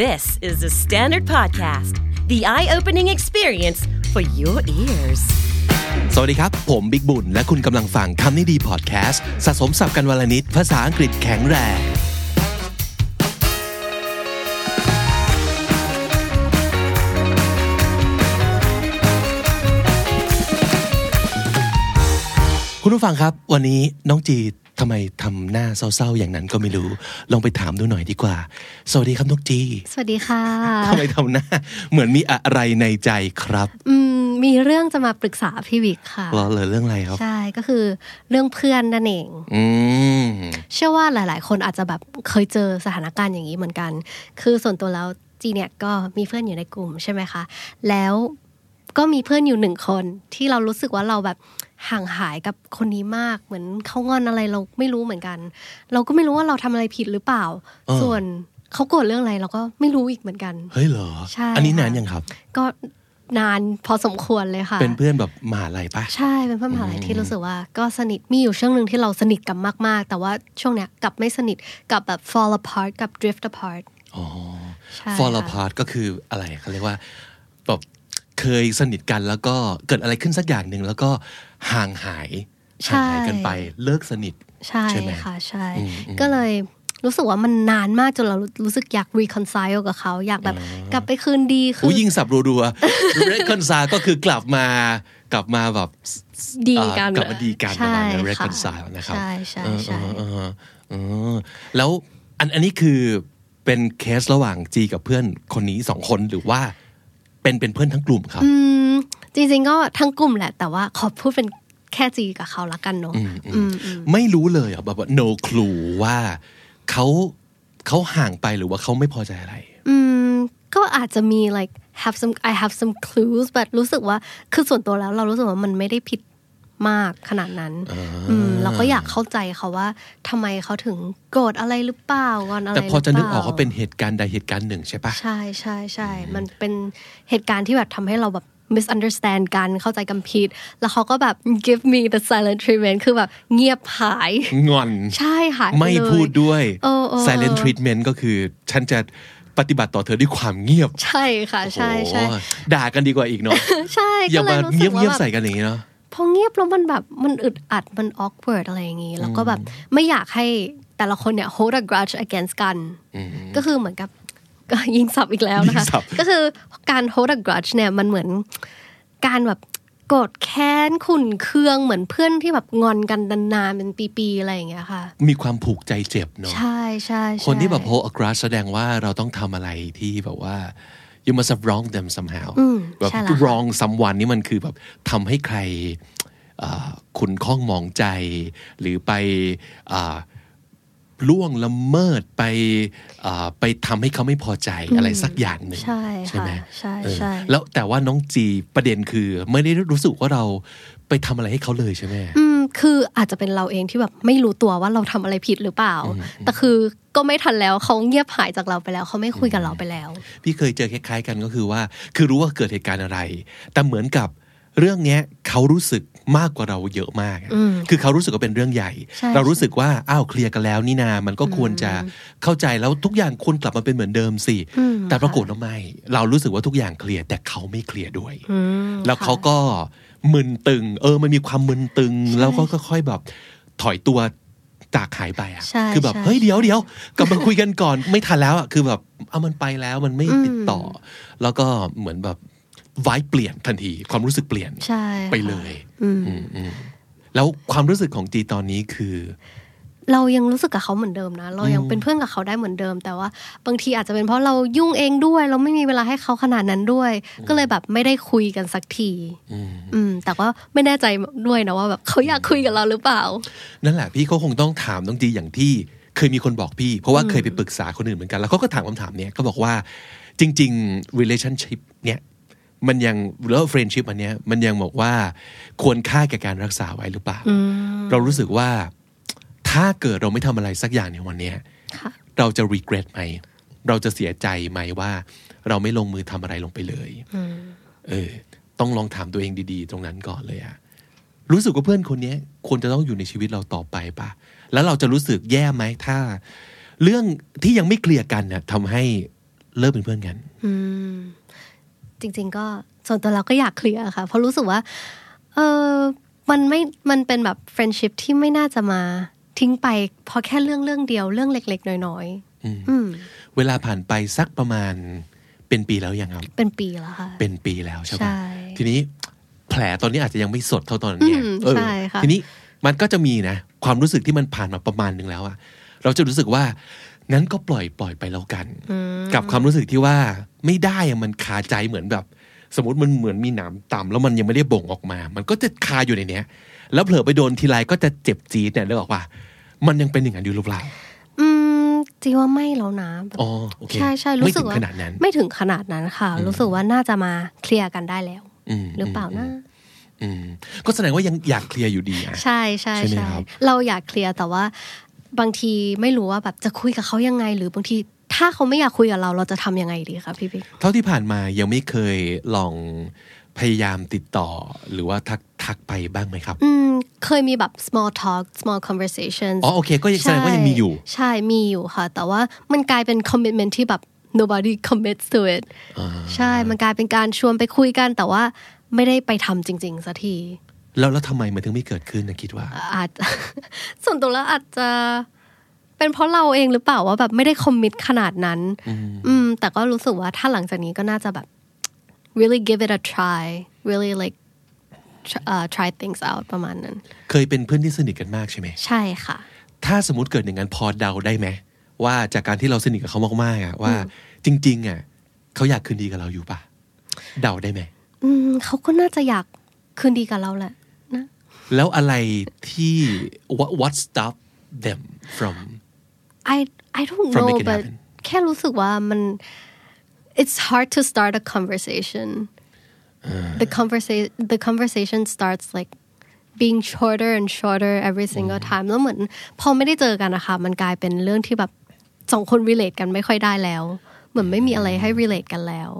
This is the Standard Podcast, the eye opening experience for your ears. สวัสดีครับ ผมบิ๊กบุญ และคุณกำลังฟังคำนี้ดีพอดแคสต์สะสมสับกันวลนิดภาษาอังกฤษแข็งแรง คุณผู้ฟังครับ วันนี้น้องจีทำไมทำหน้าเศร้าๆ อย่างนั้นก็ไม่รู้ ลองไปถามดูหน่อยดีกว่า สวัสดีครับน้องจี สวัสดีค่ะ ทำไมทำหน้า เหมือนมีอะไรในใจครับ อืม มีเรื่องจะมาปรึกษาพี่วิกค่ะ เหรอเหรอเรื่องอะไรครับ ใช่ ก็คือเรื่องเพื่อนนั่นเอง อืม เชื่อว่าหลาย ๆ คนอาจจะแบบเคยเจอสถานการณ์อย่างนี้เหมือนกัน คือส่วนตัวแล้วจีเนี่ยก็มีเพื่อนอยู่ในกลุ่มใช่ไหมคะ แล้วก็มีเพื่อนอยู่หนึ่งคน ที่เรารู้สึกว่าเราแบบห่างหายกับคนนี้มาก เหมือนเขางอนอะไรเราไม่รู้เหมือนกัน เราก็ไม่รู้ว่าเราทำอะไรผิดหรือเปล่า เออ ส่วนเขาโกรธเรื่องอะไรเราก็ไม่รู้อีกเหมือนกัน เฮ้ยเหรอ ใช่ อันี้ ค่ะ นานยังครับ ก็นานพอสมควรเลยค่ะ เป็นเพื่อนแบบมหาลัยปะ ใช่เป็นเพื่อนมหาลัยที่รู้สึกว่าก็สนิทมีอยู่ช่วงหนึ่งที่เราสนิทกันมาก ๆ แต่ว่าช่วงเนี้ยกลับไม่สนิทกลับแบบ fall apart กับ drift apart อ๋อ ใช่ fall ค่ะ apart ก็คืออะไรเขาเรียกว่าแบบเคยสนิทกันแล้วก็เกิดอะไรขึ้นสักอย่างหนึ่งแล้วก็ห่างหาย ใช่ ห่างหายกันไปเลิกสนิท ใช่ ใช่ไหม ค่ะใช่ อืมอืม ก็เลยรู้สึกว่ามันนานมากจนเรารู้สึกอยาก reconcile กับเขาอยากแบบกลับไปคืนดีคื อุ้ อย ยิ่งสับรัวๆ reconcile ก็คือกลับมากลับมาแบบ ดี เอ่อ กัน กลับมาดีกันประมาณนั้น ใช่ค่ reconcile นะครับ ใช่ใช่ เออ ใช่ เออเออเออแล้วอันอันนี้คือเป็นเคสระหว่างจีกับเพื่อนคนนี้สองคนหรือว่าเป็นเป็นเพื่อนทั้งกลุ่มครับ อืมจริง ๆ ก็ทั้งกลุ่มแหละ แต่ว่าขอพูดเป็นแค่จีกับเขาละกันเนาะ อืมอืม อืมอืม ไม่รู้เลยเหรอ่ะแบบว่า no clue ว่าเขาเขาห่างไปหรือว่าเขาไม่พอใจอะไร อืมก็อาจจะมี like have some I have some clues but รู้สึกว่าคือส่วนตัวแล้วเรารู้สึกว่ามันไม่ได้ผิดมากขนาดนั้นอืมเราก็อยากเข้าใจเขาว่าทำไมเขาถึงโกรธอะไรหรือเปล่างอนอะไรห แต่ รื พ เป อ ล่า จะนึกออกว่าเป็นเหตุการณ์ใดเหตุการณ์หนึ่งใช่ปะ ใช่ใช่ใช่มันเป็นเหตุการณ์ที่แบบทำให้เราแบบ misunderstand กันเข้าใจกันผิด แล้วเขาก็แบบ give me the silent treatment คือแบบเงียบหาย งอน ใช่หายปเลย ไม่พูดด้วย เออเออ silent treatment ก็คือ ฉันจะปฏิบัติต่อเธอด้วยความเงียบ ใช่ค่ะใช่ใช่ โอ้โหด่ากันดีกว่าอีกเนาะ ใช่ อย่า ก็มาเลย รู้ เงี สึ ย ก บ ว่า เงียบ แบบ ใส่กันอย่างนี้เนาะ พอเงียบแล้วมันแบบมันอึดอัดมัน awkward อะไรอย่างนี้ แล้วก็แบบไม่อยากให้แต่ละคนเนี่ย hold a grudge against กัน ก็คือเหมือนกับ ก็ยิงสับอีกแล้วนะคะ ยิงสับ ก็คือการ hold a grudge เนี่ยมันเหมือนการแบบโกรธแค้นขุ่นเคืองเหมือนเพื่อนที่แบบงอนกันนานๆเป็นปีๆอะไรอย่างเงี้ยค่ะ มีความผูกใจเจ็บเนาะ ใช่ใช่ใช่ คนที่แบบ hold a grudge แสดงว่าเราต้องทำอะไรที่แบบว่า you must have wronged them somehow อืม แบบ ใช่แล้วค่ะ wrong someone นี่มันคือแบบทำให้ใครเอ่อขุนข้องหมองใจ หรือไปเอ่อล่วงละเมิดไปเอ่อไปทำให้เขาไม่พอใจอะไรสักอย่างหนึ่ง ใช่ค่ะ ไหม ใช่ เออ ใช่ แล้วแต่ว่าน้องจีประเด็นคือไม่ได้รู้สึกว่าเราไปทำอะไรให้เขาเลยใช่ไหม อืมคืออาจจะเป็นเราเองที่แบบไม่รู้ตัวว่าเราทำอะไรผิดหรือเปล่า แต่คือก็ไม่ทันแล้วเขาเงียบหายจากเราไปแล้วเขาไม่คุยกับเราไปแล้ว พี่เคยเจอคล้ายๆกันก็คือว่า คือรู้ว่าเกิดเหตุการณ์อะไร แต่เหมือนกับเรื่องเนี้ยเขารู้สึกมากกว่าเราเยอะมากอะ อืม คือเขารู้สึกว่าเป็นเรื่องใหญ่ ใช่ เรารู้สึกว่าอ้าวเคลียร์กันแล้วนี่นา มันก็ควรจะเข้าใจแล้วทุกอย่างควรกลับมาเป็นเหมือนเดิมสิ อืม แต่ปรากฏว่าไม่ เรารู้สึกว่าทุกอย่างเคลียร์แต่เขาไม่เคลียร์ด้วย อืม แล้วเขา ค่ะ ก็มึนตึง เออ มันมีความมึนตึง แล้วก็ค่อยๆแบบถอยตัวจากหายไปอ่ะ ใช่ คือแบบ ใช่ เฮ้ยเดี๋ยวเดี๋ยวกลับมาคุยกันก่อน ไม่ทันแล้วอ่ะ คือแบบเอามันไปแล้วมันไม่ อืม ติดต่อ แล้วก็เหมือนแบบไวเปลี่ยนทันที ความรู้สึกเปลี่ยน ใช่ค่ะ ไปเลย อืม อืมอืมแล้วความรู้สึกของจีตอนนี้คือ เรายังรู้สึกกับเขาเหมือนเดิมนะ เรายังเป็นเพื่อนกับเขาได้เหมือนเดิม แต่ว่าบางทีอาจจะเป็นเพราะเรายุ่งเองด้วย เราไม่มีเวลาให้เขาขนาดนั้นด้วย ก็เลยแบบไม่ได้คุยกันสักที อืม อืม แต่ว่าไม่แน่ใจด้วยนะว่าแบบเขาอยากคุยกับเราหรือเปล่า นั่นแหละพี่เขาคงต้องถามน้องจีอย่างที่เคยมีคนบอกพี่ เพราะว่าเคยไปปรึกษาคนอื่นเหมือนกัน แล้วเขาก็ถามคำถามเนี้ยก็บอกว่าจริง ๆ relationship เนี้ยมันยังหรือว่า friendship อันเนี้ยมันยังบอกว่าควรค่าแก่การรักษาไว้หรือเปล่า อืม เรารู้สึกว่าถ้าเกิดเราไม่ทำอะไรสักอย่างในวันเนี้ย ค่ะ เราจะ regret ไหม เราจะเสียใจไหมว่า เราไม่ลงมือทำอะไรลงไปเลย อืม เออ ต้องลองถามตัวเองดีๆ ตรงนั้นก่อนเลยอะรู้สึกว่าเพื่อนคนเนี้ยควรจะต้องอยู่ในชีวิตเราต่อไปปะแล้วเราจะรู้สึกแย่ไหมถ้า เรื่องที่ยังไม่เคลียร์กันเนี่ยทำให้ เลิกเป็นเพื่อนกัน อืมจริง ๆ ก็ส่วนตัวเราก็อยากเคลียร์ค่ะ เพราะรู้สึกว่า เออมันไม่มันเป็นแบบ friendship ที่ไม่น่าจะมาทิ้งไปเพราะแค่เรื่องเรื่องเดียวเรื่องเล็ก ๆ น้อย อืม ๆ อืม เวลาผ่านไปสักประมาณเป็นปีแล้วยังครับ เป็นปีแล้วค่ะ เป็นปีแล้วใช่ไหม ใช่ ทีนี้แผลตอนนี้อาจจะยังไม่สดเท่าตอนนั้นไง อืม เออ ใช่ค่ะ ทีนี้มันก็จะมีนะ ความรู้สึกที่มันผ่านมาประมาณหนึ่งแล้วอะเราจะรู้สึกว่างั้นก็ปล่อยปล่อยไปแล้วกัน อืม กับความรู้สึกที่ว่าไม่ได้อะมันคาใจเหมือนแบบ สมมติมันเหมือนมีหนามต่ำแล้วมันยังไม่ได้บ่งออกมา มันก็จะคาอยู่ในเนี้ย แล้วเผลอไปโดนทีไรก็จะเจ็บจี๊ดเนี่ยเรืองบอกว่า มันยังเป็นอย่างนั้นอยู่หรือเปล่า อืมจีว่าไม่แล้วนะแบบ อ๋อโอเค ใช่ใช่ ไม่ รู้สึ ถึ ก ง ว่า ขนาดนั้น ไม่ถึงขนาดนั้นค่ะ รู้สึกว่าน่าจะมาเคลียร์กันได้แล้ว อืม หรือเปล่านะ อืมก็แสดงว่ายังอยากเคลียร์อยู่ดีอะ ใช่ใช่ ใช่ไหม ใช่ ครับ เราอยากเคลียร์แต่ว่า บางทีไม่รู้ว่าแบบจะคุยกับเขายังไง หรือบางทีถ้าเขาไม่อยากคุยกับเราเราจะทำยังไงดีคะพี่ปิ๊ก เท่าที่ผ่านมายังไม่เคยลองพยายามติดต่อ หรือว่าทักทักไปบ้างไหมครับ อืมเคยมีแบบ small talk small conversations อ๋อโอเค ก็ยังแสดงว่ายังมีอยู่ ใช่มีอยู่ค่ะ แต่ว่ามันกลายเป็น commitment ที่แบบ nobody commits to it ใช่ มันกลายเป็นการชวนไปคุยกันแต่ว่าไม่ได้ไปทำจริง ๆสักที แล้วแล้วทำไมมันถึงไม่เกิดขึ้นนะคิดว่า อาจ ส่วนตัวแล้วอาจจะเป็นเพราะเราเองหรือเปล่าว่าแบบไม่ได้คอมมิตขนาดนั้น อืม แต่ก็รู้สึกว่าถ้าหลังจากนี้ก็น่าจะแบบ really give it a try really like tr- เอ่อ try things out ประมาณนั้น เคยเป็นเพื่อนที่สนิทกันมากใช่ไหม ใช่ค่ะ ถ้าสมมติเกิดอย่างนั้นพอเดาได้ไหม ว่าจากการที่เราสนิทกับเขามากๆอะว่า จริง ๆอะเขาอยากคืนดีกับเราอยู่ปะเดาได้ไหม อืมเขาก็น่าจะอยากคืนดีกับเราแหละนะ แล้วอะไรที่ what what stop them from I I don't From know making it but happen. แค่รู้สึกว่ามัน it's hard to start a conversation the conversation the conversation starts like being shorter and shorter every single time แล้วเหมือนพอไม่ได้เจอกันนะคะ มันกลายเป็นเรื่องที่แบบสองคน relate กันไม่ค่อยได้แล้ว เหมือนไม่มีอะไรให้ relate กันแล้ว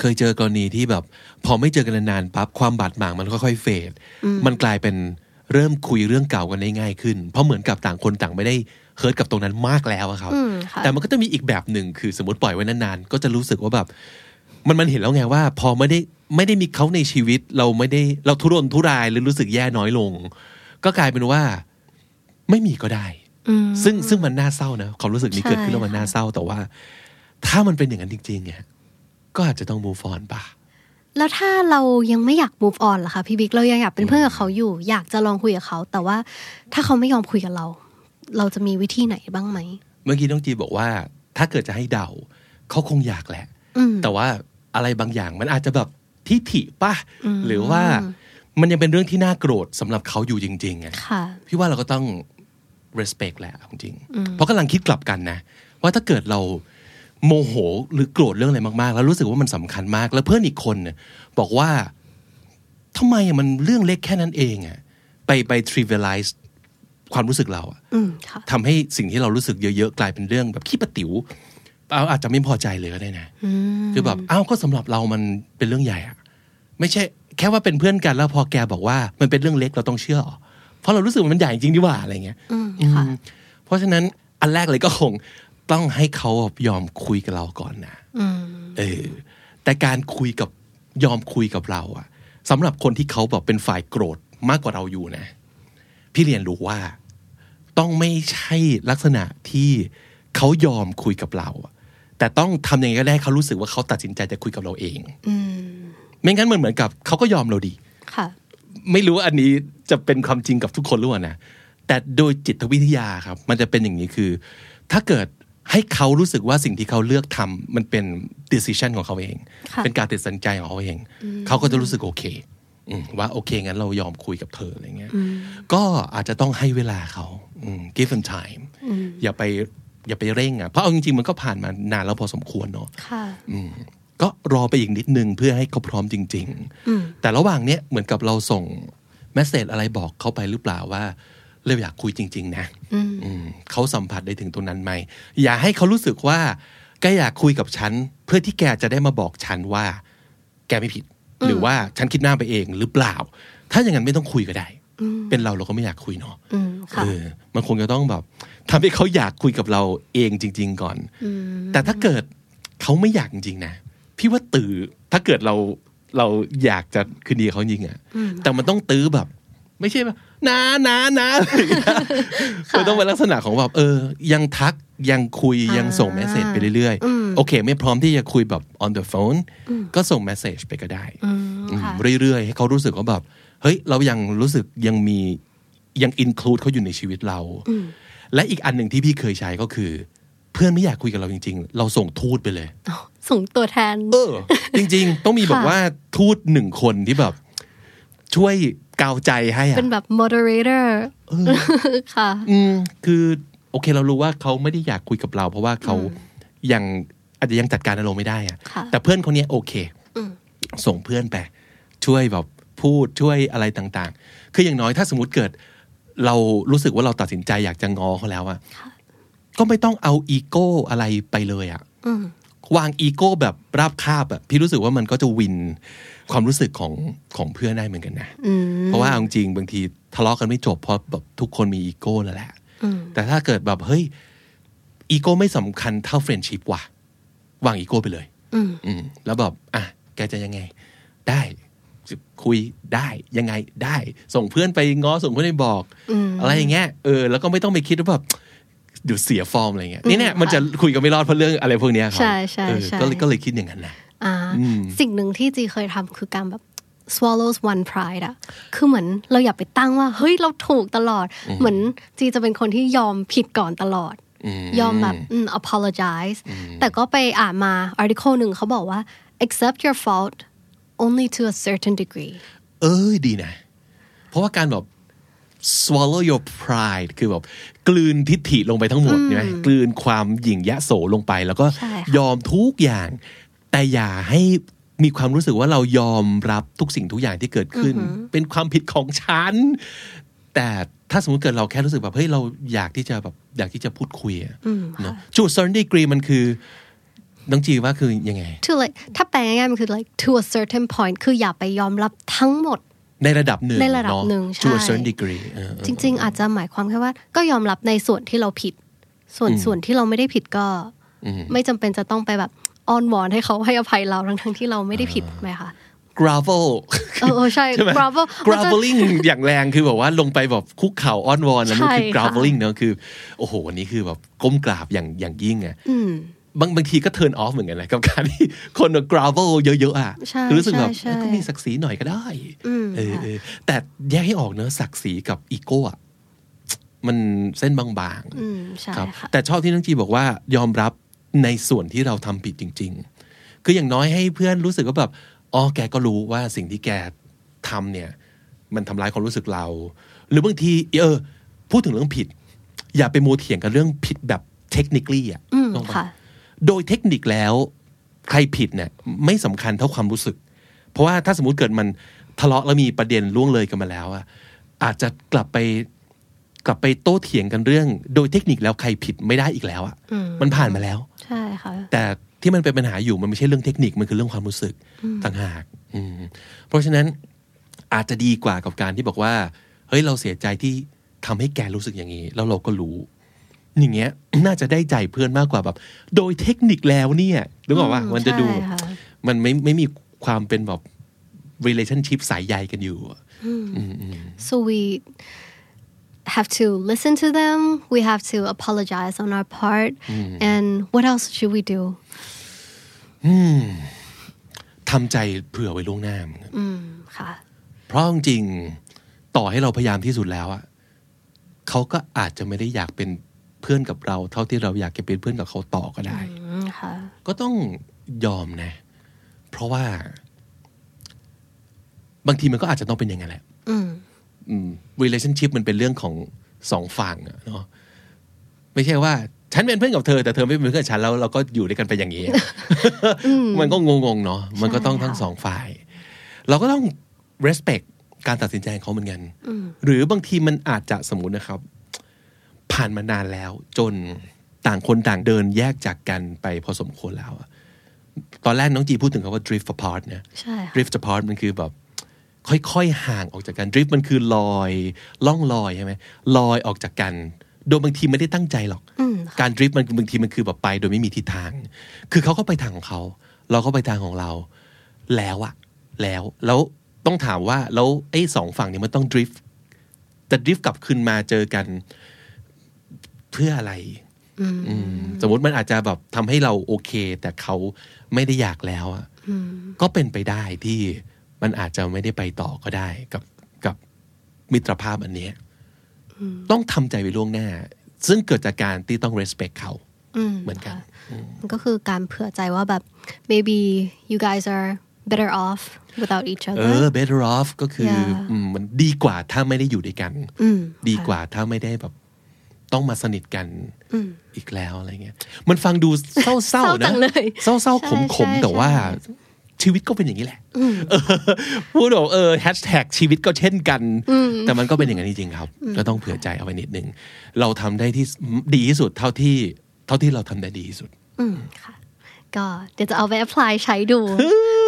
เคยเจอกรณีที่แบบ พอไม่เจอกันนานๆปั๊บความบาดหมางมันค่อยๆเฟดมันกลายเป็นเริ่มคุยเรื่องเก่ากันได้ง่ายขึ้น เพราะเหมือนกับต่างคนต่างไม่ได้เฮิร์ตกับตรงนั้นมากแล้วอะครับ อืมค่ะ แต่มันก็จะมีอีกแบบหนึ่งคือสมมติปล่อยไว้นานๆก็จะรู้สึกว่าแบบ มันมันเห็นแล้วไงว่า พอไม่ได้ไม่ได้มีเขาในชีวิต เราไม่ได้เราทุรนทุรายหรือรู้สึกแย่น้อยลง ก็กลายเป็นว่าไม่มีก็ได้ อืม ซึ่งซึ่งมันน่าเศร้านะความรู้สึกนี้ ใช่ เกิดขึ้นแล้วมัน ค่ะ น่าเศร้าแต่ว่า ถ้ามันเป็นอย่างนั้นจริงๆเนี่ยก็อาจจะต้อง move on ป่ะ แล้วถ้าเรายังไม่อยาก move on ล่ะคะพี่บิ๊กเรายังอยากเป็นเพื่อนกับเขาอยู่ อยากจะลองคุยกับเขา แต่ว่าถ้าเขาไม่ยอมคุยกับเรา เราจะมีวิธีไหนบ้างไหม เมื่อกี้น้องจีบอกว่า ถ้าเกิดจะให้เดาเขาคงอยากแหละ อืม แต่ว่าอะไรบางอย่างมันอาจจะแบบทิฐิป่ะ หรือว่ามันยังเป็นเรื่องที่น่าโกรธสำหรับเขาอยู่จริงๆอะ ค่ะ พี่ว่าเราก็ต้อง respect แหละเอาจริงเพราะกำลังคิดกลับกันนะ ว่าถ้าเกิดเราโมโหหรือโกรธเรื่องอะไรมากๆ แล้วรู้สึกว่ามันสำคัญมาก แล้วเพื่อนอีกคนเนี่ยบอกว่าทำไมอะมันเรื่องเล็กแค่นั้นเองอะไปไป trivialize ความรู้สึกเราอะ อืม ค่ะ ทำให้สิ่งที่เรารู้สึกเยอะๆ กลายเป็นเรื่องแบบขี้ประติ๋วเอาอาจจะไม่พอใจเลยก็ได้นะ คือแบบอ้าวก็สำหรับเรามันเป็นเรื่องใหญ่อะไม่ใช่ แค่ว่าเป็นเพื่อนกันแล้วพอแกบอกว่ามันเป็นเรื่องเล็กเราต้องเชื่อเหรอเพราะเรารู้สึกว่ามันใหญ่จริงดีหว่าอะไรเงี้ย อืม ค่ะ อืมเพราะฉะนั้นอันแรกเลยก็คงต้องให้เขายอมคุยกับเราก่อนนะเออ แต่การคุยกับยอมคุยกับเราอะสำหรับคนที่เขาแบบเป็นฝ่ายโกรธมากกว่าเราอยู่นะ พี่เรียนรู้ว่า ต้องไม่ใช่ลักษณะที่เขายอมคุยกับเราอะแต่ต้องทำยังไงก็ได้ให้เขารู้สึกว่าเขาตัดสินใจจะคุยกับเราเอง อืม ไม่งั้นมันเหมือนกับเขาก็ยอมเราดี ค่ะ ไม่รู้ว่าอันนี้จะเป็นความจริงกับทุกคนหรือเปล่านะ แต่โดยจิตวิทยาครับ มันจะเป็นอย่างนี้คือ ถ้าเกิดให้เขารู้สึกว่าสิ่งที่เขาเลือกทำมันเป็น decision ของเขาเอง ค่ะ เป็นการตัดสินใจของเขาเอง เขาก็จะรู้สึกโอเคอืมว่าโอเค งั้นเรายอมคุยกับเธออะไรเงี้ย ก็อาจจะต้องให้เวลาเขาอืม give them time อย่าไปอย่าไปเร่งอ่ะ เพราะเอาจริงๆมันก็ผ่านมานานแล้วพอสมควรเนาะ ค่ะ อืมก็รอไปอีกนิดนึงเพื่อให้เขาพร้อมจริง ๆ แต่ระหว่างเนี้ยเหมือนกับเราส่งเมสเซจอะไรบอกเขาไปหรือเปล่าว่าเราอยากคุยจริง ๆ นะอืมเขาสัมผัสได้ถึงตรงนั้นไหมอย่าให้เขารู้สึกว่าแกอยากคุยกับฉัน เพื่อที่แกจะได้มาบอกฉันว่า แกไม่ผิด หรือว่าฉันคิดหน้าไปเองหรือเปล่า ถ้าอย่างนั้นไม่ต้องคุยก็ได้ เป็นเราเราก็ไม่อยากคุยเนาะ อืม ค่ะ เออมันคงจะต้องแบบทำให้เขาอยากคุยกับเราเองจริง ๆ ก่อน แต่ถ้าเกิด เขาไม่อยากจริงๆนะ พี่ว่าตื้อถ้าเกิดเราเราอยากจะคืนดีกับเขาจริงอะแต่มันต้องตื้อแบบ ไม่ใช่แบบนะนะ นะอะไรอย่างเงี้ยมันต้องเป็นลักษณะของแบบเออ ยังทักยังคุยยังส่งเมสเซจไปเรื่อยๆ โอเค ไม่พร้อมที่จะคุยแบบ on the phone ก็ส่งเมสเซจไปก็ได้ อืมค่ะ เรื่อยๆ ให้เขารู้สึกว่าแบบ เฮ้ย เรายังรู้สึกยังมียังอินคลูดเขาอยู่ในชีวิตเรา และอีกอันหนึ่งที่พี่เคยใช้ก็คือ เพื่อนไม่อยากคุยกับเราจริง ๆ เราส่งทูตไปเลย ส่งตัวแทน เออ จริง ๆ ต้องมีแบบว่าทูตหนึ่งคนที่แบบ ช่วยกาวใจให้อะ เป็นแบบ moderator ค่ะ อืมคือโอเคเรารู้ว่าเขาไม่ได้อยากคุยกับเรา เพราะว่าเขายังอาจจะยังจัดการอารมณ์ไม่ได้อะ ค่ะ แต่เพื่อนคนเนี้ยโอเค อืม ส่งเพื่อนไป ช่วยแบบพูดช่วยอะไรต่างๆ คืออย่างน้อยถ้าสมมติเกิด เรารู้สึกว่าเราตัดสินใจอยากจะงอเขาแล้วอะก็ไม่ต้องเอาอีโก้อะไรไปเลยอะ อืม วางอีโก้แบบราบคาบอะพี่รู้สึกว่ามันก็จะวินความรู้สึกของของเพื่อนได้เหมือนกันนะ อืม เพราะว่าเอาจริงๆบางทีทะเลาะกันไม่จบเพราะแบบทุกคนมีอีโก้นั่นแหละ อืม แต่ถ้าเกิดแบบเฮ้ยอีโก้ไม่สำคัญเท่าเฟรนชิพว่ะวางอีโก้ไปเลย อืม อืมแล้วแบบอ่ะแกจะยังไง ได้คุยได้ยังไงได้ ส่งเพื่อนไปง้อส่งเพื่อนไปบอก อืม อะไรอย่างเงี้ยเออแล้วก็ไม่ต้องไปคิดว่าแบบเดี๋ยวเสียฟอร์มอะไรเงี้ยนี่เนี่ย อืม มันจะคุยกันไม่รอดเพราะเรื่องอะไรพวกเนี้ยครับ ใช่ใช่ เออ ใช่ ก็เลยก็เลยคิดอย่างนั้นนะ อ่า อืม สิ่งหนึ่งที่จีเคยทำคือการแบบ swallows one pride อะคือเหมือนเราอย่าไปตั้งว่า เฮ้ย เราถูกตลอด เหมือนจีจะเป็นคนที่ยอมผิดก่อนตลอด ยอมแบบอืม apologize แต่ก็ไปอ่านมา article หนึ่งเขาบอกว่า accept your fault only to a certain degree เอ้ยดีนะ เพราะว่าการแบบ swallow your pride คือแบบกลืนทิฐิลงไปทั้งหมดใช่ไหมกลืนความหยิ่งยะโสลงไป แล้วก็ ใช่ค่ะ ยอมทุกอย่าง แต่อย่าให้มีความรู้สึกว่าเรายอมรับทุกสิ่งทุกอย่างที่เกิดขึ้น เป็นความผิดของฉัน แต่ถ้าสมมติเกิดเราแค่รู้สึกแบบเฮ้ยเราอยากที่จะแบบอยากที่จะพูดคุยอะเนอะจุด certain degree มันคือน้องจีว่าคือยังไง to like ถ้าแปลง่ายๆมันคือ like to a certain point คืออย่าไปยอมรับทั้งหมด ในระดับหนึ่ง ในระดับ เอ หนึ่งใช่ จุด certain degree เออ จริง ๆ อาจจะหมายความแค่ว่า ก็ยอมรับในส่วนที่เราผิด ส่วนส่วนที่เราไม่ได้ผิดก็ ไม่จำเป็นจะต้องไปแบบอ้อนวอนให้เขาให้อภัยเราทั้งทั้งๆที่เราไม่ได้ผิดไหมคะ gravel เออเออใช่ ใช่ไหม gravel มันจะ graveling อย่างแรงคือแบบว่าลงไปแบบคุกเข่าอ้อนวอนแล้วมันคือ ใช่ค่ะ graveling เนอะคือ โอ้โหอันนี้คือแบบก้มกราบอย่างอย่างยิ่งอะ อืม บางบางทีก็ turn off เหมือนกันนะกับการที่คนเอา gravel เยอะ ๆอ่ะ ใช่ คือรู้สึกแบบเอ้ใช่ย ใช่ ก็มีศักดิ์ศรีหน่อยก็ได้ อืม เออ ค่ะ เออแต่แยกให้ออกเนอะศักดิ์ศรีกับอีโก้อะมันเส้นบางๆ อืมใช่ ครับ ค่ะ แต่ชอบที่น้องจีบอกว่ายอมรับในส่วนที่เราทำผิดจริง ๆ คืออย่างน้อยให้เพื่อนรู้สึกว่าแบบอ๋อแกก็รู้ว่าสิ่งที่แกทำเนี่ย มันทำร้ายความรู้สึกเรา หรือบางทีเออ พูดถึงเรื่องผิด อย่าไปมัวเถียงกันเรื่องผิดแบบเทคนิคลี่อ่ะ อืม ลงไป ค่ะ โดยเทคนิคแล้วใครผิดเนี่ยไม่สำคัญเท่าความรู้สึก เพราะว่าถ้าสมมติเกิดมันทะเลาะแล้วมีประเด็นล่วงเลยกันมาแล้วอะอาจจะกลับไปกลับไปโต้เถียงกันเรื่อง โดยเทคนิคแล้วใครผิดไม่ได้อีกแล้วอะ อืม มันผ่านมาแล้ว ใช่ค่ะ แต่ที่มันเป็นปัญหาอยู่มันไม่ใช่เรื่องเทคนิคมันคือเรื่องความรู้สึกต่างหากอืมเพราะฉะนั้นอาจจะดีกว่ากับการที่บอกว่า เฮ้ยเราเสียใจที่ทำให้แกรู้สึกอย่างนี้ แล้วเราก็รู้ อย่างเงี้ย น่าจะได้ใจเพื่อนมากกว่าแบบ โดยเทคนิคแล้วเนี่ยรู้ป่าว่า อืม มันจะดู ใช่ค่ะ มันไม่ไม่มีความเป็นแบบ relationship สายใยกันอยู่อะ so we have to listen to them we have to apologize on our part and what else should we do ทำใจเผื่อไว้ล่วงหน้าเหมือนกัน อืมค่ะ เพราะจริงๆต่อให้เราพยายามที่สุดแล้วอะเขาก็อาจจะไม่ได้อยากเป็นเพื่อนกับเรา เท่าที่เราอยากจะเป็นเพื่อนกับเขาต่อก็ได้ อืมค่ะ ก็ต้องยอมนะ เพราะว่า บางทีมันก็อาจจะต้องเป็นอย่างนั้นแหละ อืม อืม relationship มันเป็นเรื่องของสองฝั่งอะเนาะไม่ใช่ว่า ฉันเป็นเพื่อนกับเธอ แต่เธอไม่เป็นเพื่อนกับฉันแล้วเราก็อยู่ด้วยกันไปอย่างนี้ มันก็งงๆเนาะมันก็ต้องทั้งสองฝ่าย เราก็ต้อง respect การตัดสินใจของเขาเหมือนกัน หรือบางทีมันอาจจะสมมตินะครับ ผ่านมานานแล้ว จนต่างคนต่างเดินแยกจากกันไปพอสมควรแล้วอะตอนแรกน้องจีพูดถึงคำว่า drift apart เนี่ย ใช่ค่ะ drift apart มันคือแบบ ค่อยๆ ห่างออกจากกัน drift มันคือลอย ล่องลอยใช่ไหมลอยออกจากกัน โดยบางทีไม่ได้ตั้งใจหรอก อืม การดริฟต์มันบางทีมันคือแบบไปโดยไม่มีทิศทาง คือเขาก็ไปทางของเขา เราก็ไปทางของเรา แล้วอะแล้ว แล้วต้องถามว่า แล้วไอ้สองฝั่งเนี่ยมันต้องดริฟต์จะดริฟต์กลับขึ้นมาเจอกันเพื่ออะไร อืมสมมติมันอาจจะแบบทำให้เราโอเค แต่เขาไม่ได้อยากแล้วอะก็เป็นไปได้ที่มันอาจจะไม่ได้ไปต่อก็ได้กับกับมิตรภาพอันเนี้ยต้องทำใจไว้ล่วงหน้า ซึ่งเกิดจากการที่ต้อง respect เขา อื เหมือนกัน ค่ะมันก็คือการเผื่อใจว่าแบบ maybe you guys are better off without each เอ other อ better off ก็คือ Yeah อืมมันดีกว่าถ้าไม่ได้อยู่ด้วยกัน อืม ดี ค่ะ กว่าถ้าไม่ได้แบบ ต้องมาสนิทกัน อืม อีกแล้วอะไรเงี้ย มันฟังดูเศร้า เศร้า ๆ จั นะ งเลย เศร้า ใช่ ๆขม ใช่ ๆแต่ว่า ใช่ ชีวิตก็เป็นอย่างนี้แหละ อืม เออพูดบอกเออแฮชแท็กชีวิตก็เช่นกัน แต่มันก็เป็นอย่างนั้นจริงๆครับ ก็ต้องเผื่อใจเอาไว้นิดนึง เราทำได้ที่ดีที่สุดเท่าที่ เท่าที่เราทำได้ดีที่สุด อืมค่ะ ก็เดี๋ยวจะเอาไป apply ใช้ ดู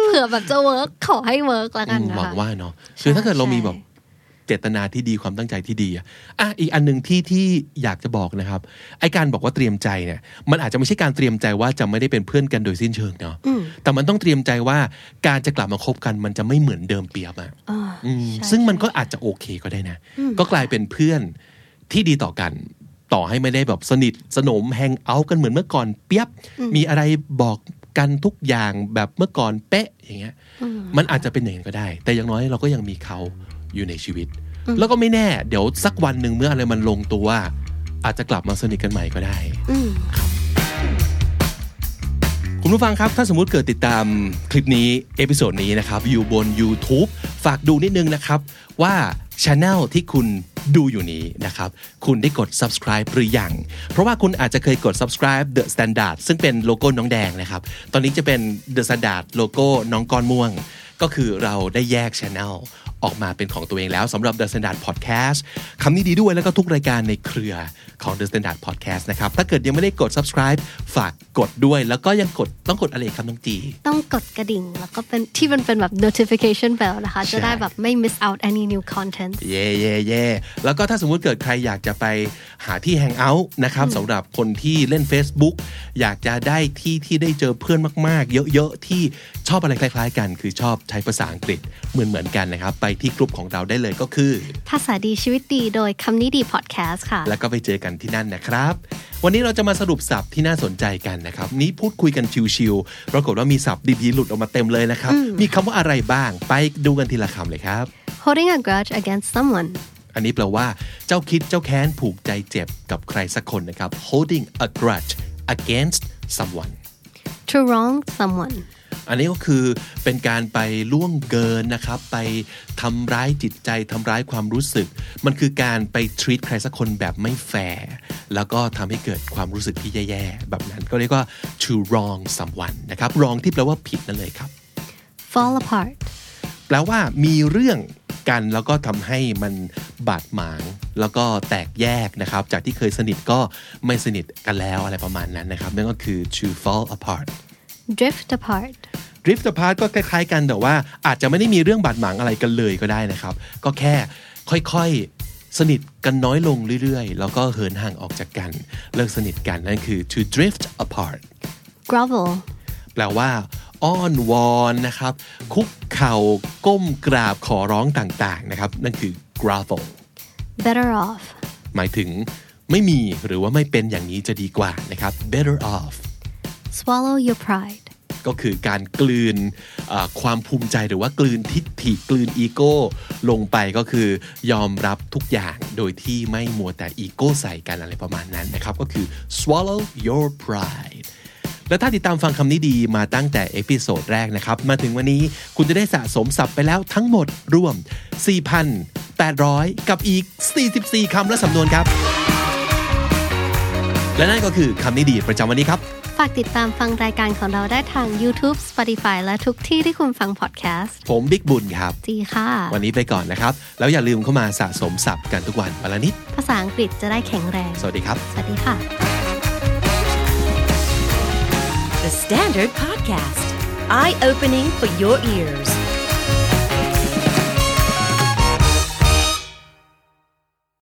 เผื่อแบบจะ work ขอให้ work แล้วกันนะ หวั คะ งว่าเนาะคือถ้าเกิดเรามี ใช่ แบบเจตนาที่ดีความตั้งใจที่ดีอะอ่ะอีกอันหนึ่งที่ที่อยากจะบอกนะครับไอการบอกว่าเตรียมใจเนี่ย มันอาจจะไม่ใช่การเตรียมใจว่าจะไม่ได้เป็นเพื่อนกันโดยสิ้นเชิงเนาะแต่มันต้องเตรียมใจว่าการจะกลับมาคบกันมันจะไม่เหมือนเดิมเปียบอะ อ่า อืม ใช่ ซึ่งมันก็อาจจะโอเคก็ได้นะ ก็กลายเป็นเพื่อนที่ดีต่อกัน ต่อให้ไม่ได้แบบสนิทสนมแฮงเอาท์กันเหมือนเมื่อก่อนเปียบ มีอะไรบอกกันทุกอย่างแบบเมื่อก่อนเป๊ะอย่างเงี้ย อืม มันอาจจะเป็นอย่างนั้นก็ได้ แต่อย่างน้อยเราก็ยังมีเขาอยู่ในชีวิต แล้วก็ไม่แน่ เดี๋ยวสักวันหนึ่งเมื่ออะไรมันลงตัว อาจจะกลับมาสนิทกันใหม่ก็ได้ อืม คุณผู้ฟังครับ ถ้าสมมุติเกิดติดตามคลิปนี้ เอพิโซดนี้นะครับ อยู่บน YouTube ฝากดูนิดนึงนะครับ ว่าช anel ที่คุณดูอยู่นี้นะครับ คุณได้กด subscribe หรือยัง เพราะว่าคุณอาจจะเคยกด subscribe The Standard ซึ่งเป็นโลโก้น้องแดงนะครับ ตอนนี้จะเป็น The Standard โลโก้น้องก้อนม่วง ก็คือเราได้แยกช anel ออกมาเป็นของตัวเองแล้วสำหรับ The Standard Podcast คำนี้ดีด้วยแล้วก็ทุกรายการในเครือของ The Standard Podcast นะครับ ถ้าเกิดยังไม่ได้กด subscribe ฝากกดด้วย แล้วก็ยังกดต้องกดอะไรอีกครับน้องจี ต้องกดกระดิ่ง แล้วก็เป็นที่มันเป็นแบบ notification bell นะคะ ใช่ จะได้แบบไม่ miss out any new content เย่เย่เย่แล้วก็ถ้าสมมุติเกิดใครอยากจะไปหาที่แฮงเอาท์นะครับสำหรับคนที่เล่น Facebook อยากจะได้ที่ที่ได้เจอเพื่อนมาก ๆ เยอะ ๆ ที่ชอบอะไรคล้าย ๆ กัน คือชอบใช้ภาษาอังกฤษเหมือนๆกันนะครับ ไปที่กลุ่มของเราได้เลยก็คือ ภาษาดีชีวิตดีโดยคำนี้ดี podcast ค่ะ แล้วก็ไปเจอกันที่นั่นนะครับ วันนี้เราจะมาสรุปสับที่น่าสนใจกันนะครับ นี้พูดคุยกันชิวๆปรากฏว่ามีสับดีๆ หลุดออกมาเต็มเลยนะครับ มีคำว่าอะไรบ้าง ไปดูกันทีละคำเลยครับ holding a grudge against someone อันนี้แปลว่าเจ้าคิดเจ้าแค้นผูกใจเจ็บกับใครสักคนนะครับ holding a grudge against someone to wrong someone อันนี้ก็คือเป็นการไปล่วงเกินนะครับ ไปทำร้ายจิตใจทำร้ายความรู้สึก มันคือการไป treat ใครสักคนแบบไม่แฟร์แล้วก็ทำให้เกิดความรู้สึกที่แย่ๆ แบบนั้นก็เรียกว่า to wrong someone นะครับ wrong ที่แปลว่าผิดนั่นเลยครับ fall apart แปลว่ามีเรื่องกันแล้วก็ทำให้มันบาดหมางแล้วก็แตกแยกนะครับ จากที่เคยสนิทก็ไม่สนิทกันแล้วอะไรประมาณนั้นนะครับนั่นก็คือ to fall apart drift apart drift apart ก็คล้ายๆกันแต่ว่าอาจจะไม่ได้มีเรื่องบาดหมางอะไรกันเลยก็ได้นะครับ ก็แค่ค่อยๆ สนิทกันน้อยลงเรื่อยๆ แล้วก็เหินห่างออกจากกัน เลิกสนิทกันนั่นคือ to drift apart grovel แปลว่า อ้อนวอนนะครับ คุกเข่าก้มกราบขอร้องต่างๆนะครับ นั่นคือ grovel better off หมายถึงไม่มีหรือว่าไม่เป็นอย่างนี้จะดีกว่านะครับ better off swallow your pride ก็คือการกลืนเอ่อความภูมิใจหรือว่ากลืนทิฐิกลืนอีโก้ลงไปก็คือยอมรับทุกอย่างโดยที่ไม่มัวแต่อีโก้ใส่กันอะไรประมาณนั้นนะครับ ก็คือ swallow your pride และถ้าติดตามฟังคำนี้ดีมาตั้งแต่เอพิโซดแรกนะครับ มาถึงวันนี้คุณจะได้สะสมศัพท์ไปแล้วทั้งหมดรวม 4,800 กับอีก 44คำและสำนวนครับ และนั่นก็คือคำนี้ดีประจำวันนี้ครับ ฝากติดตามฟังรายการของเราได้ทาง YouTube Spotify และทุกที่ที่คุณฟัง podcast ผมบิ๊กบุญครับ จีค่ะ วันนี้ไปก่อนนะครับ แล้วอย่าลืมเข้ามาสะสมศัพท์กันทุกวันวันละนิด ภาษาอังกฤษจะได้แข็งแรง สวัสดีครับ สวัสดีค่ะ The Standard Podcast, eye opening for your ears.